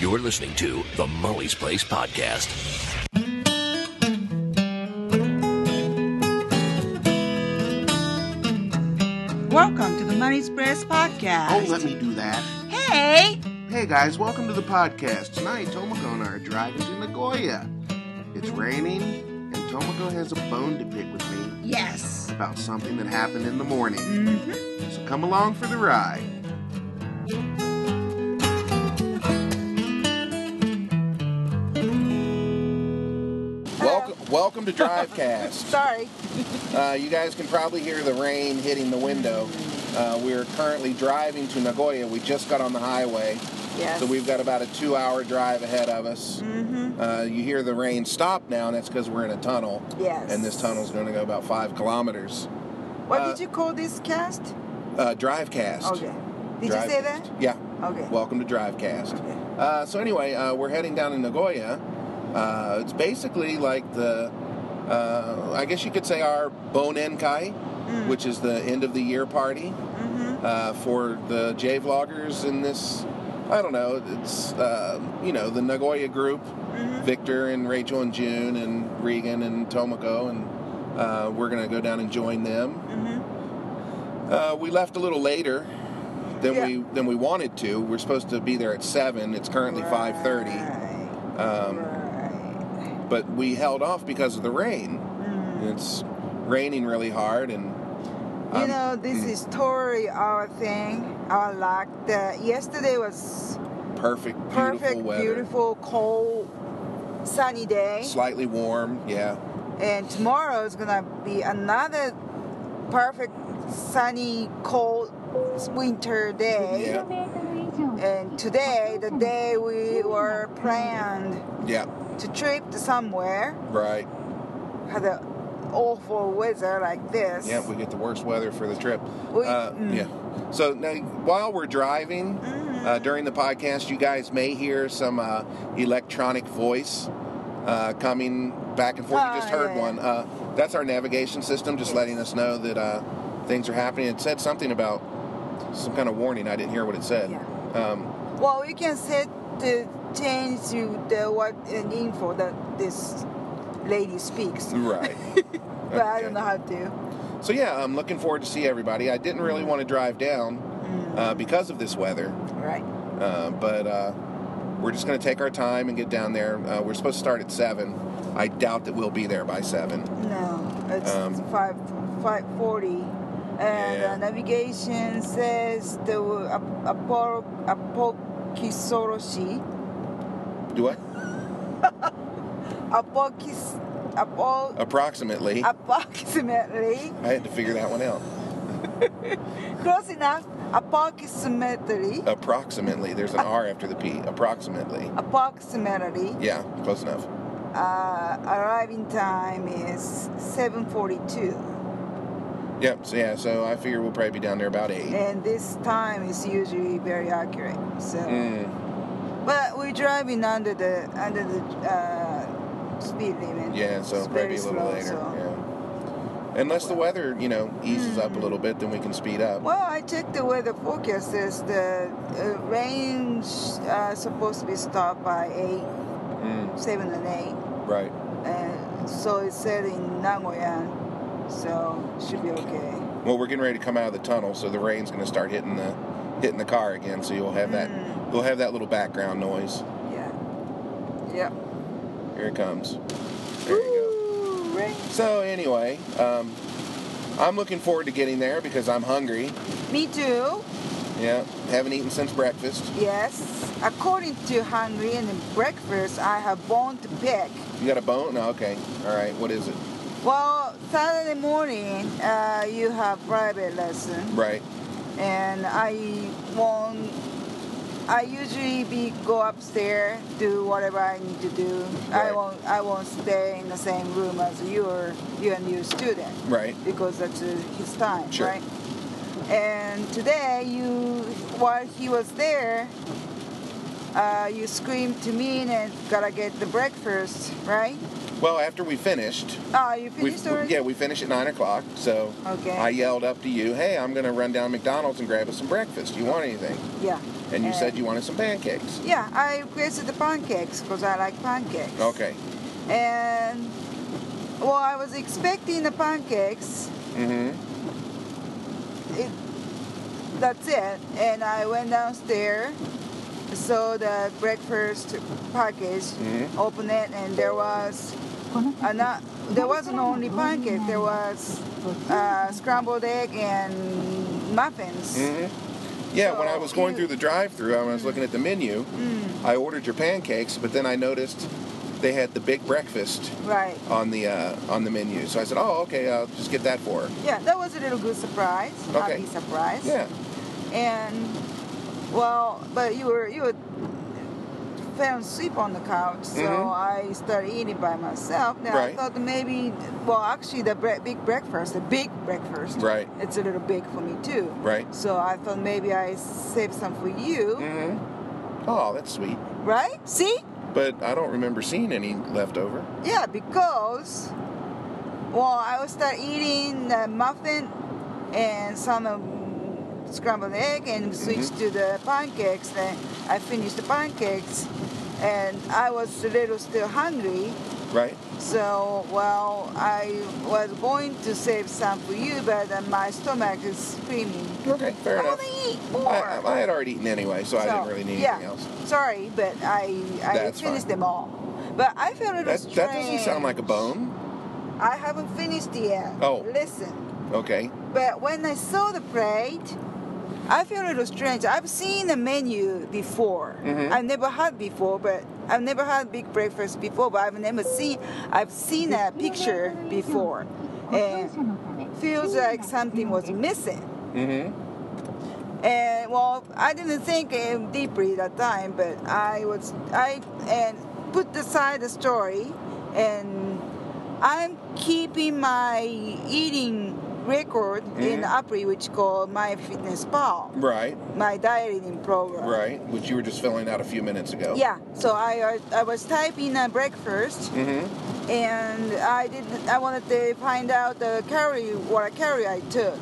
You're listening to the Molly's Place Podcast. Welcome to the Money's Press Oh, podcast. let me do that. hey, Hey guys, welcome to the podcast. Tonight, Tomoko and I are driving to Nagoya. It's raining, and Tomoko has a bone to pick with me yes. about something that happened in the morning. hmm So come along for the ride. Welcome, welcome to Drivecast. Sorry. Uh, you guys can probably hear the rain hitting the window. Uh, we're currently driving to Nagoya. We just got on the highway. Yes. So we've got about a two hour drive ahead of us. hmm Uh, you hear the rain stop now, and that's because we're in a tunnel. Yes. And this tunnel's going to go about five kilometers. What uh, did you call this cast? Uh, Drivecast. Okay. Did you say that? Yeah. Okay. Welcome to Drivecast. Okay. Uh, so anyway, uh, we're heading down to Nagoya. Uh, it's basically like the, uh, I guess you could say our Bonenkai, Mm. which is the end of the year party hmm uh, for the J vloggers in this. I don't know. It's uh, you know the Nagoya group, Victor and Rachel and June and Regan and Tomoko, and uh, we're gonna go down and join them. hmm Uh, we left a little later Mm-hmm. than Yeah. we than we wanted to. We're supposed to be there at seven. It's currently five thirty. Right. Um, right. but we held off because of the rain. Mm. It's raining really hard, and You um, know, this mm. is totally our thing, our luck. The, yesterday was perfect, beautiful perfect, weather. beautiful, cold, sunny day. Slightly warm, yeah. And tomorrow is gonna be another perfect sunny, cold winter day. Yeah. And today, the day we were planned Yeah, to trip to somewhere, right. had an awful weather like this. Yeah, we get the worst weather for the trip. We- uh, mm. Yeah. So now, while we're driving Mhm. uh, during the podcast, you guys may hear some uh, electronic voice uh, coming back and forth. Ah, you just heard yeah, yeah. one. Uh, that's our navigation system, just letting us know that uh, things are happening. It said something about some kind of warning. I didn't hear what it said. Yeah. Um, Well, you can set the change to the what an info that this lady speaks, right. but I don't know how to. So yeah, I'm looking forward to see everybody. I didn't really want to drive down Mm. uh, because of this weather. right. Uh, but uh, we're just going to take our time and get down there. Uh, we're supposed to start at seven. I doubt that we'll be there by seven. No, it's Um, five five forty, and Yeah. uh, navigation says the Ap- Apo- Apokisoroshi, Do what? Apokis, Apo, Approximately. approximately I had to figure that one out. close enough, approximately, Approximately. There's an R after the P. Approximately. approximately. Yeah, close enough. Uh, arriving time is seven forty-two, Yep. So yeah. So I figure we'll probably be down there about eight. and this time is usually very accurate. So. Mm, But we're driving under the under the uh, speed limit. yeah. So It's probably very a little slow, later. so- Yeah. Unless the weather, you know, eases up a Mm. little bit, then we can speed up. Well, I checked the weather forecast. Says the uh, rain uh, supposed to be stopped by eight, Mm, seven and eight, right. and so it said in Nagoya, so should be okay. Well, we're getting ready to come out of the tunnel, so the rain's going to start hitting the hitting the car again. So you'll have that Mm. you'll have that little background noise. Yeah. Yeah. Here it comes. There you Ooh, rain. go. So anyway, um, I'm looking forward to getting there because I'm hungry. Me too. Yeah, haven't eaten since breakfast. Yes. According to Hungry and breakfast, I have bone to pick. You got a bone? No, okay. All right. What is it? Well, Saturday morning, uh, you have private lesson, Right. and I won't. I usually be go upstairs, do whatever I need to do. I Right. won't. I won't stay in the same room as your you and your student Right. because that's uh, his time, Sure. right? And today, you while he was there, uh, you screamed to me and gotta get the breakfast, right? Well, after we finished, Ah, you we finished already. yeah we finished at nine o'clock. So Okay. I yelled up to you, "Hey, I'm going to run down McDonald's and grab us some breakfast. You want anything?" Yeah. And you Uh, said you wanted some pancakes. Yeah, I requested the pancakes because I like pancakes. Okay. And well, I was expecting the pancakes. Mm-hmm. It, that's it. And I went downstairs, saw the breakfast package, Mhm. opened it, and there was uh, not there wasn't only pancake. There was uh, scrambled egg and muffins. Mm-hmm. Yeah, when I was So Mm. going you- through the drive-through, I was looking at the menu. I ordered your pancakes, but then I noticed they had the big breakfast Right. on the uh, on the menu. So I said, "Oh, okay, I'll just get that for her." Yeah, that was a little good surprise. Okay. Happy surprise. Yeah. and well, but you were you were fell asleep on the couch, so I started eating by myself. Now Mm-hmm. Right. I thought that maybe, well, actually, the bre- big breakfast, the big breakfast, Right. It's a little big for me too. Right. So I thought maybe I saved some for you, Mm-hmm. Oh, that's sweet. right? See? But I don't remember seeing any leftover. Yeah, because well, I was start eating the muffin and some um, scrambled egg Mm-hmm. and switched to the pancakes. Then I finished the pancakes, and I was a little still hungry. Right. So well, I was going to save some for you, but then my stomach is screaming. Okay. Fair I enough. want to eat I, more. I had already eaten anyway, so, I didn't really need yeah, anything else. Sorry, but I I That's finished fine. them all. But I felt it That, was that doesn't sound like a bone. I haven't finished yet. Oh. Listen. Okay. But when I saw the plate, I feel a little strange. I've seen the menu before. Mhm. I've never had before, but I've never had big breakfast before, but I've never seen I've seen a picture before. And feels like something was missing. Mm-hmm. And well, I didn't think uh, deeply that time, but I was I and put aside the story, and I'm keeping my eating record in Mhm. Apri, which called My Fitness Pal, Right. my dieting program. Right. Which you were just filling out a few minutes ago. Yeah. So I uh, I was typing a breakfast, Mm-hmm. and I did I wanted to find out the calorie what calorie I took.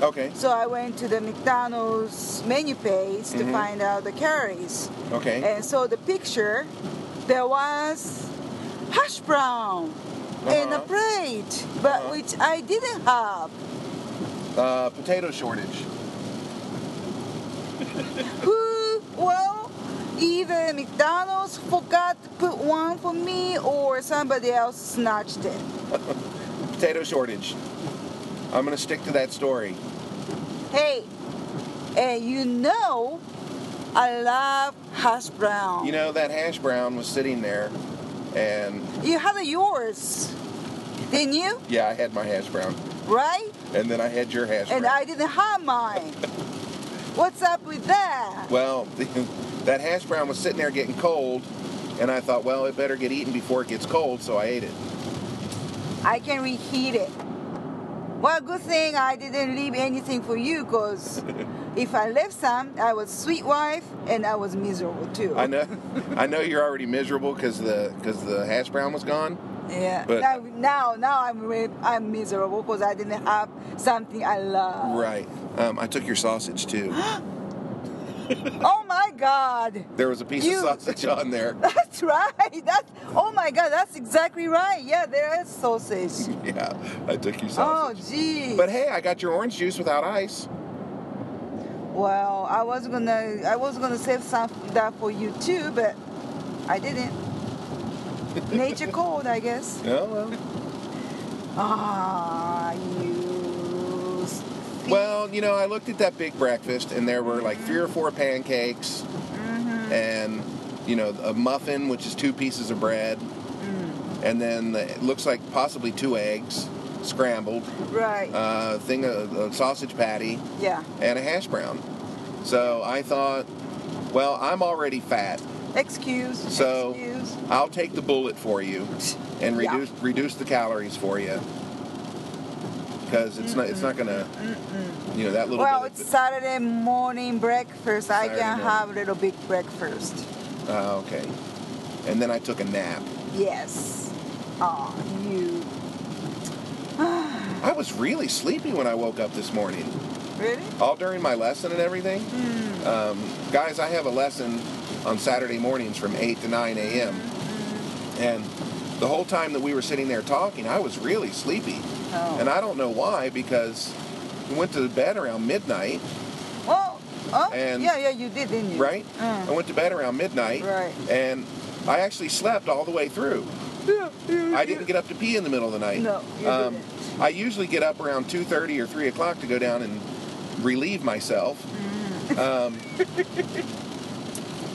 Okay. So I went to the McDonald's menu page to Mhm. find out the calories. Okay. And so the picture, there was hash brown in a Uh-huh. plate, but Uh-huh. which I didn't have. Uh, potato shortage. Who, well, either McDonald's forgot to put one for me or somebody else snatched it. Potato shortage. I'm gonna stick to that story. Hey, and you know, I love hash brown. You know that hash brown was sitting there, and You had yours, didn't you? yeah, I had my hash brown, Right? and then I had your hash And brown. I didn't have mine. What's up with that? well, that hash brown was sitting there getting cold, and I thought, well, it better get eaten before it gets cold, so I ate it. I can reheat it. Well, good thing I didn't leave anything for you, because if I left some, I was sweet wife and I was miserable too. I know, I know you're already miserable because the because the hash brown was gone. Yeah. but- now, now, now I'm re- I'm miserable because I didn't have something I love. Right. Um, I took your sausage too. Oh my God. There was a piece You- of sausage on there. That's right. That's oh my God. That's exactly right. Yeah, there is sausage. yeah, I took your Oh sausage. gee. But hey, I got your orange juice without ice. Well, I was gonna I was gonna save some of that for you too, but I didn't. Nature called, I guess. Oh well. Ah, you. s- Well, you know, I looked at that big breakfast, and there were like three or four pancakes, and you know, a muffin, which is two pieces of bread, and then the- it looks like possibly two eggs, scrambled, Right. uh, thing, a, a sausage patty, yeah. and a hash brown. So I thought, well, I'm already fat. Excuse. So- Excuse. I'll take the bullet for you, and Yeah. reduce reduce the calories for you, because it's not it's not gonna, you know, that little. Well, bit it's of, Saturday morning breakfast. I Saturday can morning. have a little big breakfast. Ah, okay. And then I took a nap. Yes. Ah, you. I was really sleepy when I woke up this morning. Really? all during my lesson and everything. Mm. Um, guys, I have a lesson on Saturday mornings from 8 to 9 a.m. Mm-hmm. And the whole time that we were sitting there talking, I was really sleepy. Oh. And I don't know why, because we went to bed around midnight, Oh, oh, And- yeah, yeah, you did, didn't you? right? I Uh, went to bed around midnight. Right. And I actually slept all the way through. I didn't get up to pee in the middle of the night. No, you um, didn't. I usually get up around two thirty or three o'clock to go down and relieve myself. Mm. Um,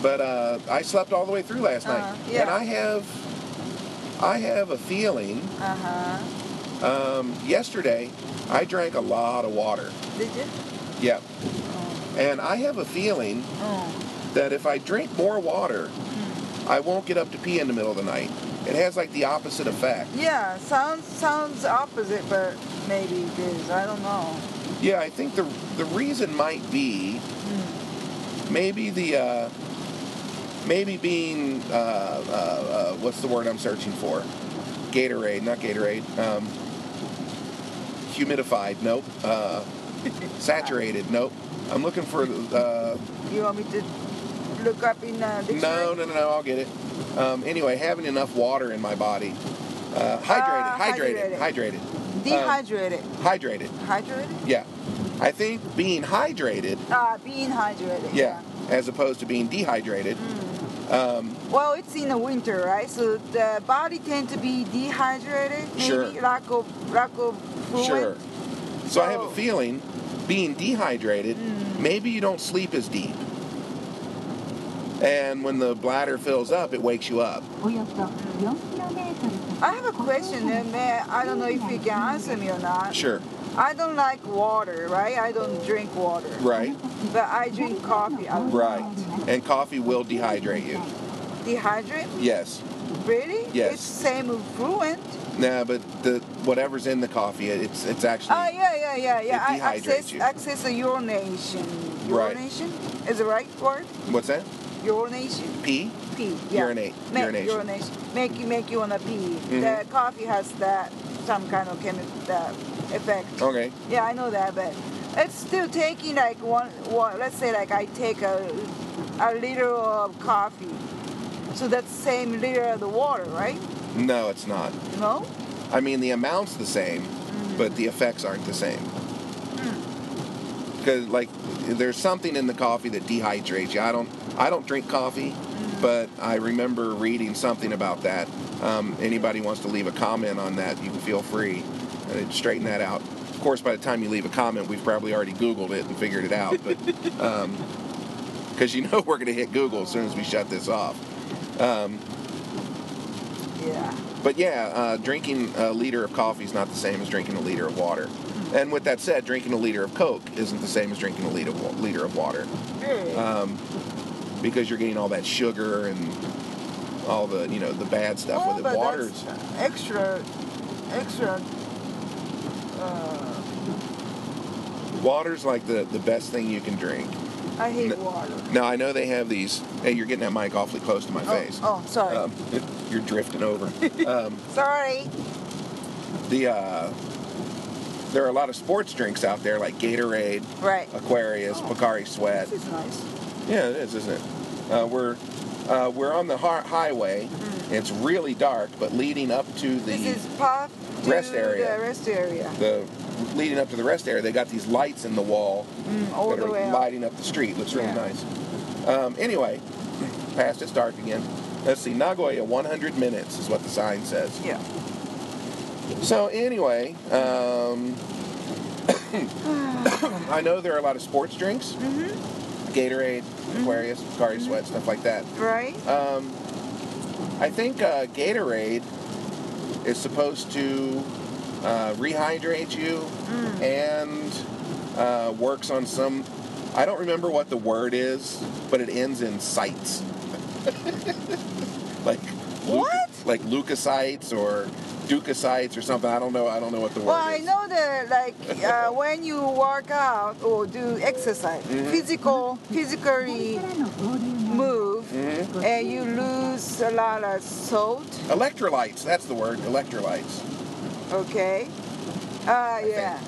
but uh, I slept all the way through last Uh-huh, night, yeah. and I have, I have a feeling. Uh-huh. Um, yesterday, I drank a lot of water. Did you? Yeah, Oh. and I have a feeling oh. that if I drink more water, I won't get up to pee in the middle of the night. It has like the opposite effect. Yeah, sounds sounds opposite, but maybe it is. I don't know. Yeah, I think the the reason might be maybe the uh, maybe being uh, uh, uh, what's the word I'm searching for? Gatorade, not Gatorade. Um, humidified, nope. Uh, saturated, nope. I'm looking for uh, You want me to look up in uh, dictionary? no, no, no, no. I'll get it. Um, anyway, having enough water in my body, uh, hydrated, Ah, hydrated, hydrated, Dehydrated. hydrated. hydrated? Yeah, I think being hydrated. Uh, being hydrated. Yeah, as opposed to being dehydrated. Um, Well, it's in the winter, right? So the body tend to be dehydrated, maybe Sure. lack of lack of fluid. sure. So I have a So- feeling being dehydrated, maybe you don't sleep as deep. And when the bladder fills up, it wakes you up. およそ4キロメートル I have a question, uh, may I don't know if you can answer me or not. Sure. I don't like water, right? I don't drink water. Right. But I drink coffee. I would Right. And coffee will dehydrate you. Dehydrate? Yes. Really? Yes. It's same with fluent. Nah, but the whatever's in the coffee, it's it's actually Oh yeah, yeah, yeah, yeah. It I dehydrates access you. access a urination. Right. Urination is the right word. what's that? Urination. Pee? pee. Yeah. Urinate. Make, Urination. Make you make you wanna pee. Mm-hmm. The coffee has that some kind of chemical that effect. Okay. Yeah, I know that, but it's still taking like one, one. Let's say like I take a a liter of coffee, so that's same liter of the water, right? No, it's not. No. I mean, the amount's the same, but the effects aren't the same. Because like, there's something in the coffee that dehydrates you. I don't, I don't drink coffee, but I remember reading something about that. Um, anybody wants to leave a comment on that, you can feel free. Uh, straighten that out. Of course, by the time you leave a comment, we've probably already Googled it and figured it out. But because you know we're going to hit Google as soon as we shut this off. Um, Yeah. but yeah, uh, drinking a liter of coffee is not the same as drinking a liter of water. Hmm. And with that said, drinking a liter of Coke isn't the same as drinking a liter of, wa- liter of water Really? um, because you're getting all that sugar and all the you know the bad stuff Oh, with but it. Water's that's extra, extra. Uh, water's like the the best thing you can drink. I hate N- water. Now I know they have these. Hey, you're getting that mic awfully close to my Oh, face. oh, sorry. Um, you're drifting over. um, sorry. the uh, there are a lot of sports drinks out there like Gatorade, Right. Aquarius, Oh. Pocari Sweat. This is nice. Yeah, it is, isn't it? Uh, we're uh, we're on the har- highway. It's really dark, but leading up to the Mm-hmm. This is path to rest area. The rest area. the leading up to the rest area, they got these lights in the wall Mm, all that the are way up. lighting up the street. Looks really Yeah. nice. Um, anyway, past it's dark again. Let's see, Nagoya 100 minutes is what the sign says. Yeah. So anyway, um, I know there are a lot of sports drinks, Mm-hmm. Gatorade, Aquarius, Pocari Sweat, stuff like that. Right? Um, I think uh, Gatorade is supposed to uh, rehydrate you Mm. and uh, works on some. I don't remember what the word is, but it ends in sites. like leu- What? like leukocytes or dukocytes or something. I don't know. I don't know what the word Well, I is. know that like uh, when you work out or do exercise, Mm-hmm. physical, physically move, Mm-hmm. and you lose a lot of salt. Electrolytes. That's the word. Electrolytes. Okay. Uh, Ah, yeah.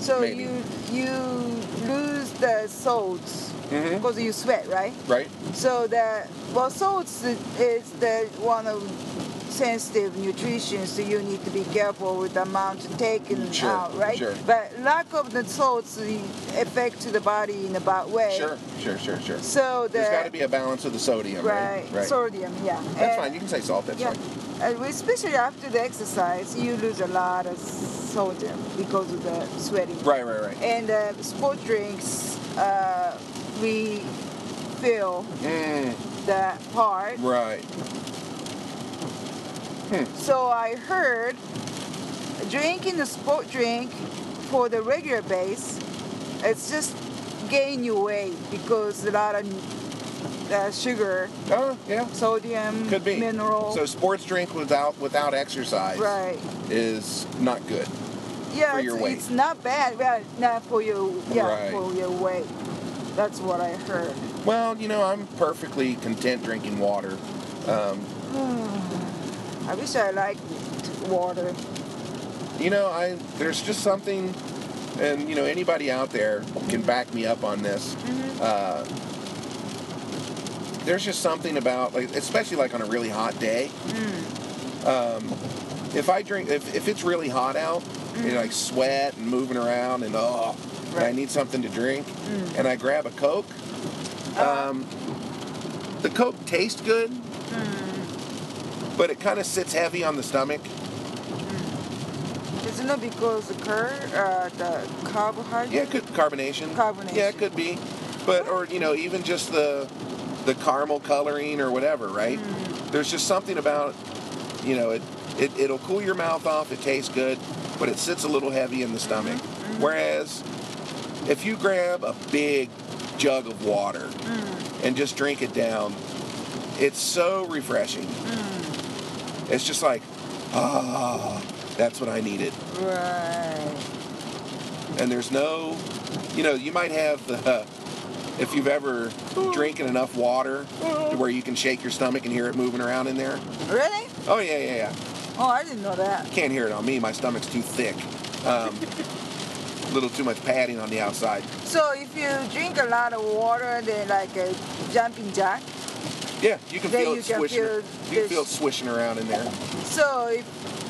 So Maybe. you you lose the salts Mhm. because you sweat, right? right? So the well, salts is the one of sensitive nutrition, so you need to be careful with the amount taken Mm, Sure, out, right? sure. But lack of the salts affect to the body in a bad way. Sure, sure, sure, sure. So the There's got to be a balance of the sodium, right? right, sodium, yeah. That's And- fine. You can say salt. That's Yeah, fine. and we- especially after the exercise, you lose a lot of sodium because of the sweating. Right, right, right. And uh, sport drinks, uh, we feel Mm, the part. right. So I heard drinking the sport drink for the regular base, it's just gain you weight because a lot of uh, sugar, Oh, yeah. sodium, Could be. mineral. So sports drink without without exercise right. is not good. Yeah, for your it's, weight. it's not bad. Well, not for your yeah Right. for your weight. That's what I heard. Well, you know, I'm perfectly content drinking water. Um, I wish I liked water. you know, I there's just something, and you know, anybody out there can back me up on this. Uh, there's just something about, like, especially like on a really hot day. Um, if I drink, if, if it's really hot out, you know, like sweat and moving around, and oh, and I Right. need something to drink, and I grab a Coke. Um, the Coke tastes good, but it kind of sits heavy on the stomach. It's not because the cur uh, the carbohydrate. Yeah, it could carbonation. Carbonation. Yeah, it could be, but or you know even just the the caramel coloring or whatever, right? There's just something about you know it, it it'll cool your mouth off. It tastes good, but it sits a little heavy in the stomach. Whereas if you grab a big jug of water and just drink it down, it's so refreshing. It's just like ah, that's what I needed Right. and there's no, you know, you might have the, if you've ever drinking enough water to where you can shake your stomach and hear it moving around in there. Really? Oh yeah, yeah, yeah. Oh, I didn't know that. Can't hear it on me. My stomach's too thick. Um, a little too much padding on the outside. So if you drink a lot of water, then like a jumping jack. Yeah, you can Then feel you it can swishing. feel you can this- feel it swishing around in there. So if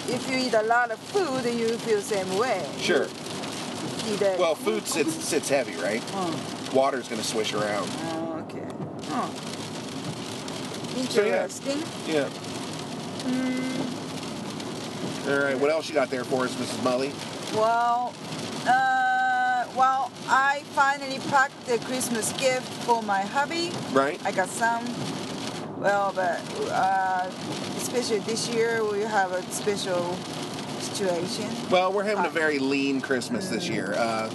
if you eat a lot of food, then you feel same way. Sure. You Eat a, Well, food sits sits heavy, right? Oh, Water's gonna swish around. oh, okay. Oh. So, yeah. Interesting. Yeah. Mm. All right. What else you got there for us, Mrs. Mully? Well, uh, well, I finally packed the Christmas gift for my hubby. Right. I got some. Well, but uh, especially this year, we have a special situation. Well, we're having a very lean Christmas this year. Uh,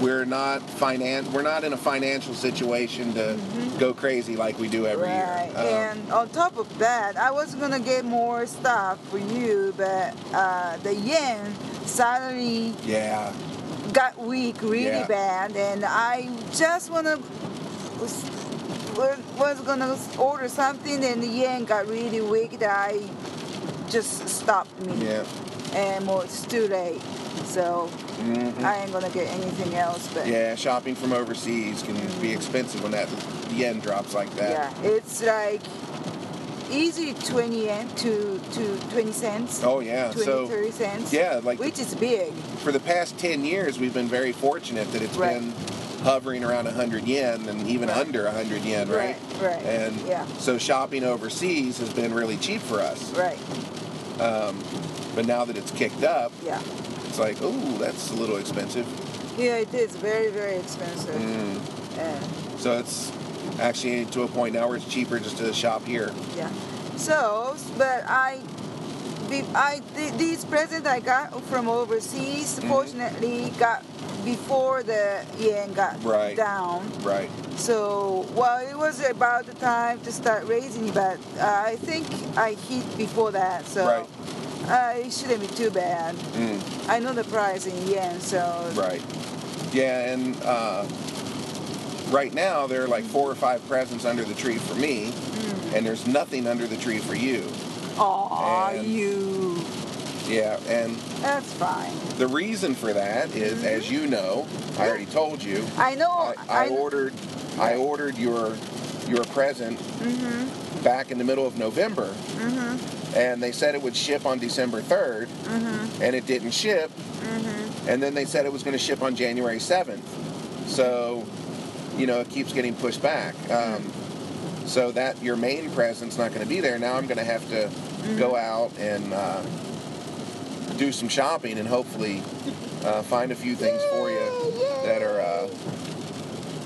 we're not finan- We're not in a financial situation to go crazy like we do every Mm-hmm. Right. year. uh-huh. Um, and on top of that, I was gonna get more stuff for you, but uh, the yen suddenly yeah, got weak really Yeah. bad, and I just wanna was, was gonna order something, and the yen got really weak that I just stopped me, yeah. and well, it's too late, so I ain't gonna get anything else. But Mm-hmm. Yeah, shopping from overseas can be expensive when that yen drops like that. yeah, it's like easily 20 yen to to 20 cents. Oh, yeah. 20, So- 30 cents. yeah, like- which is big. For the past 10 years, we've been very fortunate that it's Right. been hovering around 100 yen and even Right. under 100 yen, right? Right, right, And yeah. so shopping overseas has been really cheap for us. Right. But now that it's kicked up, Yeah. it's like, oh, that's a little expensive. Yeah, it is very very expensive. Mm. And- So it's actually to a point now where it's cheaper just to shop here. Yeah. So, but I, the, I th- these presents I got from overseas, Mm-hmm. fortunately, got before the yen got Right. down. Right. So, well, it was about the time to start raising, but uh, I think I hit before that, so Right. uh, it shouldn't be too bad. Mm, I know the price in yen, so right. Yeah, and uh, right now there are like four or five presents under the tree for me, Mm. and there's nothing under the tree for you. aw, And- you. Yeah, and That's fine. the reason for that is, as you know, I already told you. I know. I, I, ordered, I ordered your your present Mm-hmm. back in the middle of November, Mm-hmm. and they said it would ship on December third, Mm-hmm. and it didn't ship. Mm-hmm. And then they said it was going to ship on January 7th. So, you know, it keeps getting pushed back. Um, so that your main present's not going to be there. Now I'm going to have to go out and uh, do some shopping and hopefully uh, find a few things for you that are uh,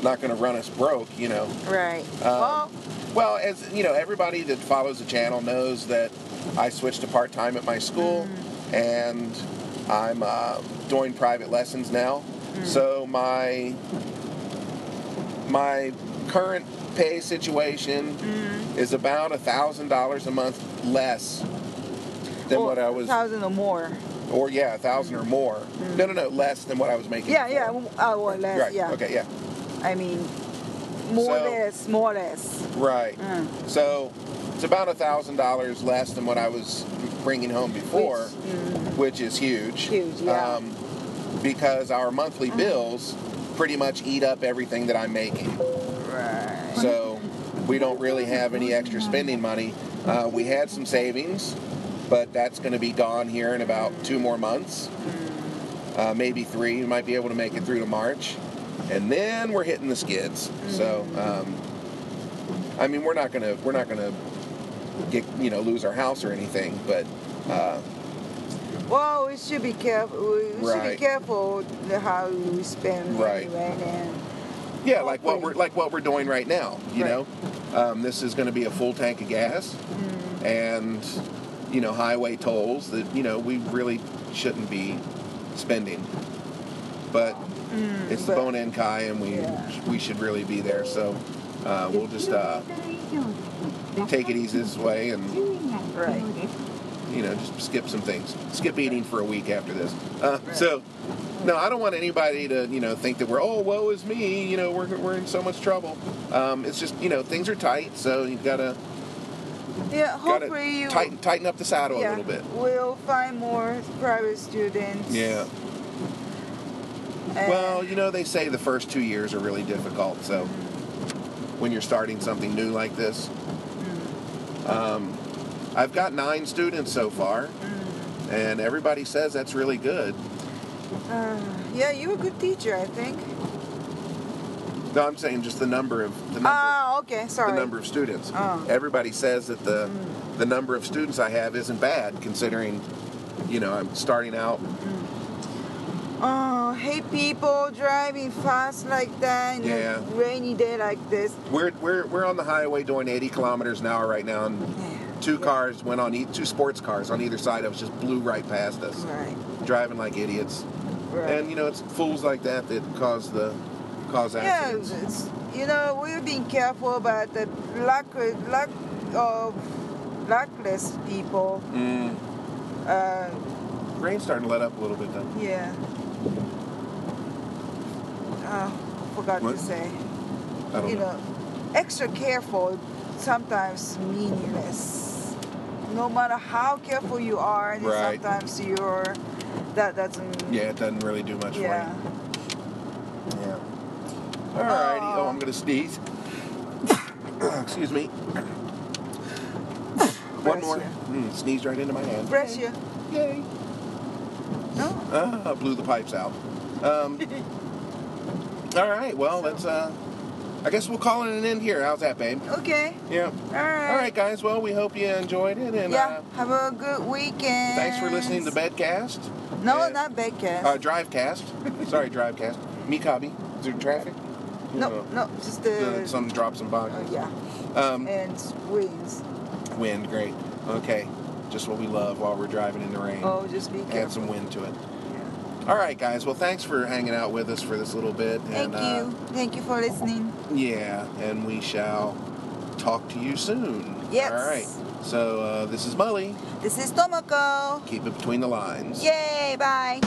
not going to run us broke, you know. Right. Um, well, Well, as you know, everybody that follows the channel knows that I switched to part time at my school, Mm. and I'm uh, doing private lessons now. Mm. So my my current pay situation Mm. is about a thousand dollars a month less than well, what I was, thousand or more. or yeah, a thousand or more. No, no, no, less than what I was making. Yeah, before. yeah. I or less. Right. Yeah. Okay. Yeah. I mean, more So- less, more less. Right. Mm. So it's about a thousand dollars less than what I was bringing home before, Which, mm, which is huge. Huge, yeah. Mm. Um, because our monthly bills pretty much eat up everything that I'm making, right. so we don't really have any extra spending money. Uh, we had some savings, but that's going to be gone here in about two more months, uh, maybe three. We might be able to make it through to March, and then we're hitting the skids. So, um, I mean, we're not gonna we're not gonna get you know lose our house or anything, but uh, Well, we should be careful. We we should be Right. careful the- how we spend money Right. right now. Yeah, like what Hopefully. we're like what we're doing right now. You Right. know, um, this is going to be a full tank of gas, Mm. and you know highway tolls that you know we really shouldn't be spending. But it's the Mm, but- Bone and Kai, and we Yeah. we should really be there. So uh, we'll just uh, take it easy this way, and Right. you know just skip some things, skip eating for a week after this. Uh, So. No, I don't want anybody to, you know, think that we're oh woe is me, you know, we're, we're in so much trouble. Um, it's just, you know, things are tight, so you've got to Yeah. Got Hopefully you. tighten tighten up the saddle yeah, a little bit. We'll find more private students. Yeah. and- Well, you know they say the first two years are really difficult. So when you're starting something new like this, Mm-hmm. um, I've got nine students so far, Mm-hmm. and everybody says that's really good. Uh, yeah, you're a good teacher, I think. No, I'm saying just the number of the number, Ah, okay, the sorry. number of students. Oh. Mm. Everybody says that the the number of students I have isn't bad considering, you know, I'm starting out. Oh, hey, people driving fast like that in Yeah. a rainy day like this. We're we're we're on the highway doing 80 kilometers an hour right now, and Two cars went on, e- two sports cars on either side of us just blew right past us, Right, driving like idiots. right. And you know, it's fools like that that cause the cause yeah, accidents. it's, you know, we're being careful about the lack, lack of luckless people. Mm. Uh, Rain's starting to let up a little bit though. yeah. Oh, forgot What? to say. I don't you know. know, extra careful sometimes meaningless. No matter how careful you are, and Right. sometimes you're that doesn't. Yeah, it doesn't really do much Yeah. for you. Yeah. Alrighty. Oh, Aw. I'm gonna sneeze. Excuse me. One Bless more. you. Mm, sneezed right into my hand. Bless you. Yay. No. Ah, blew the pipes out. Um, all right, well, let's. Uh, I guess we'll call it an end here. How's that, babe? Okay. Yeah. All right. All right, guys. Well, we hope you enjoyed it, and yeah. uh, Have a good weekend. thanks for listening to Bedcast. No, and- not Bedcast. Uh, Drivecast. Sorry, Drivecast. Mikabi. Is there traffic? no, no, just Uh, the. some drops and oh, bog. yeah. Um, And wings. wind, great. Okay, just what we love while we're driving in the rain. Oh, just be careful. Add some wind to it. All right, guys. Well, thanks for hanging out with us for this little bit. Thank and, uh, you. Thank you for listening. Yeah, and we shall talk to you soon. Yes. All right. So uh, this is Molly. This is Tomoko. Keep it between the lines. Yay! Bye.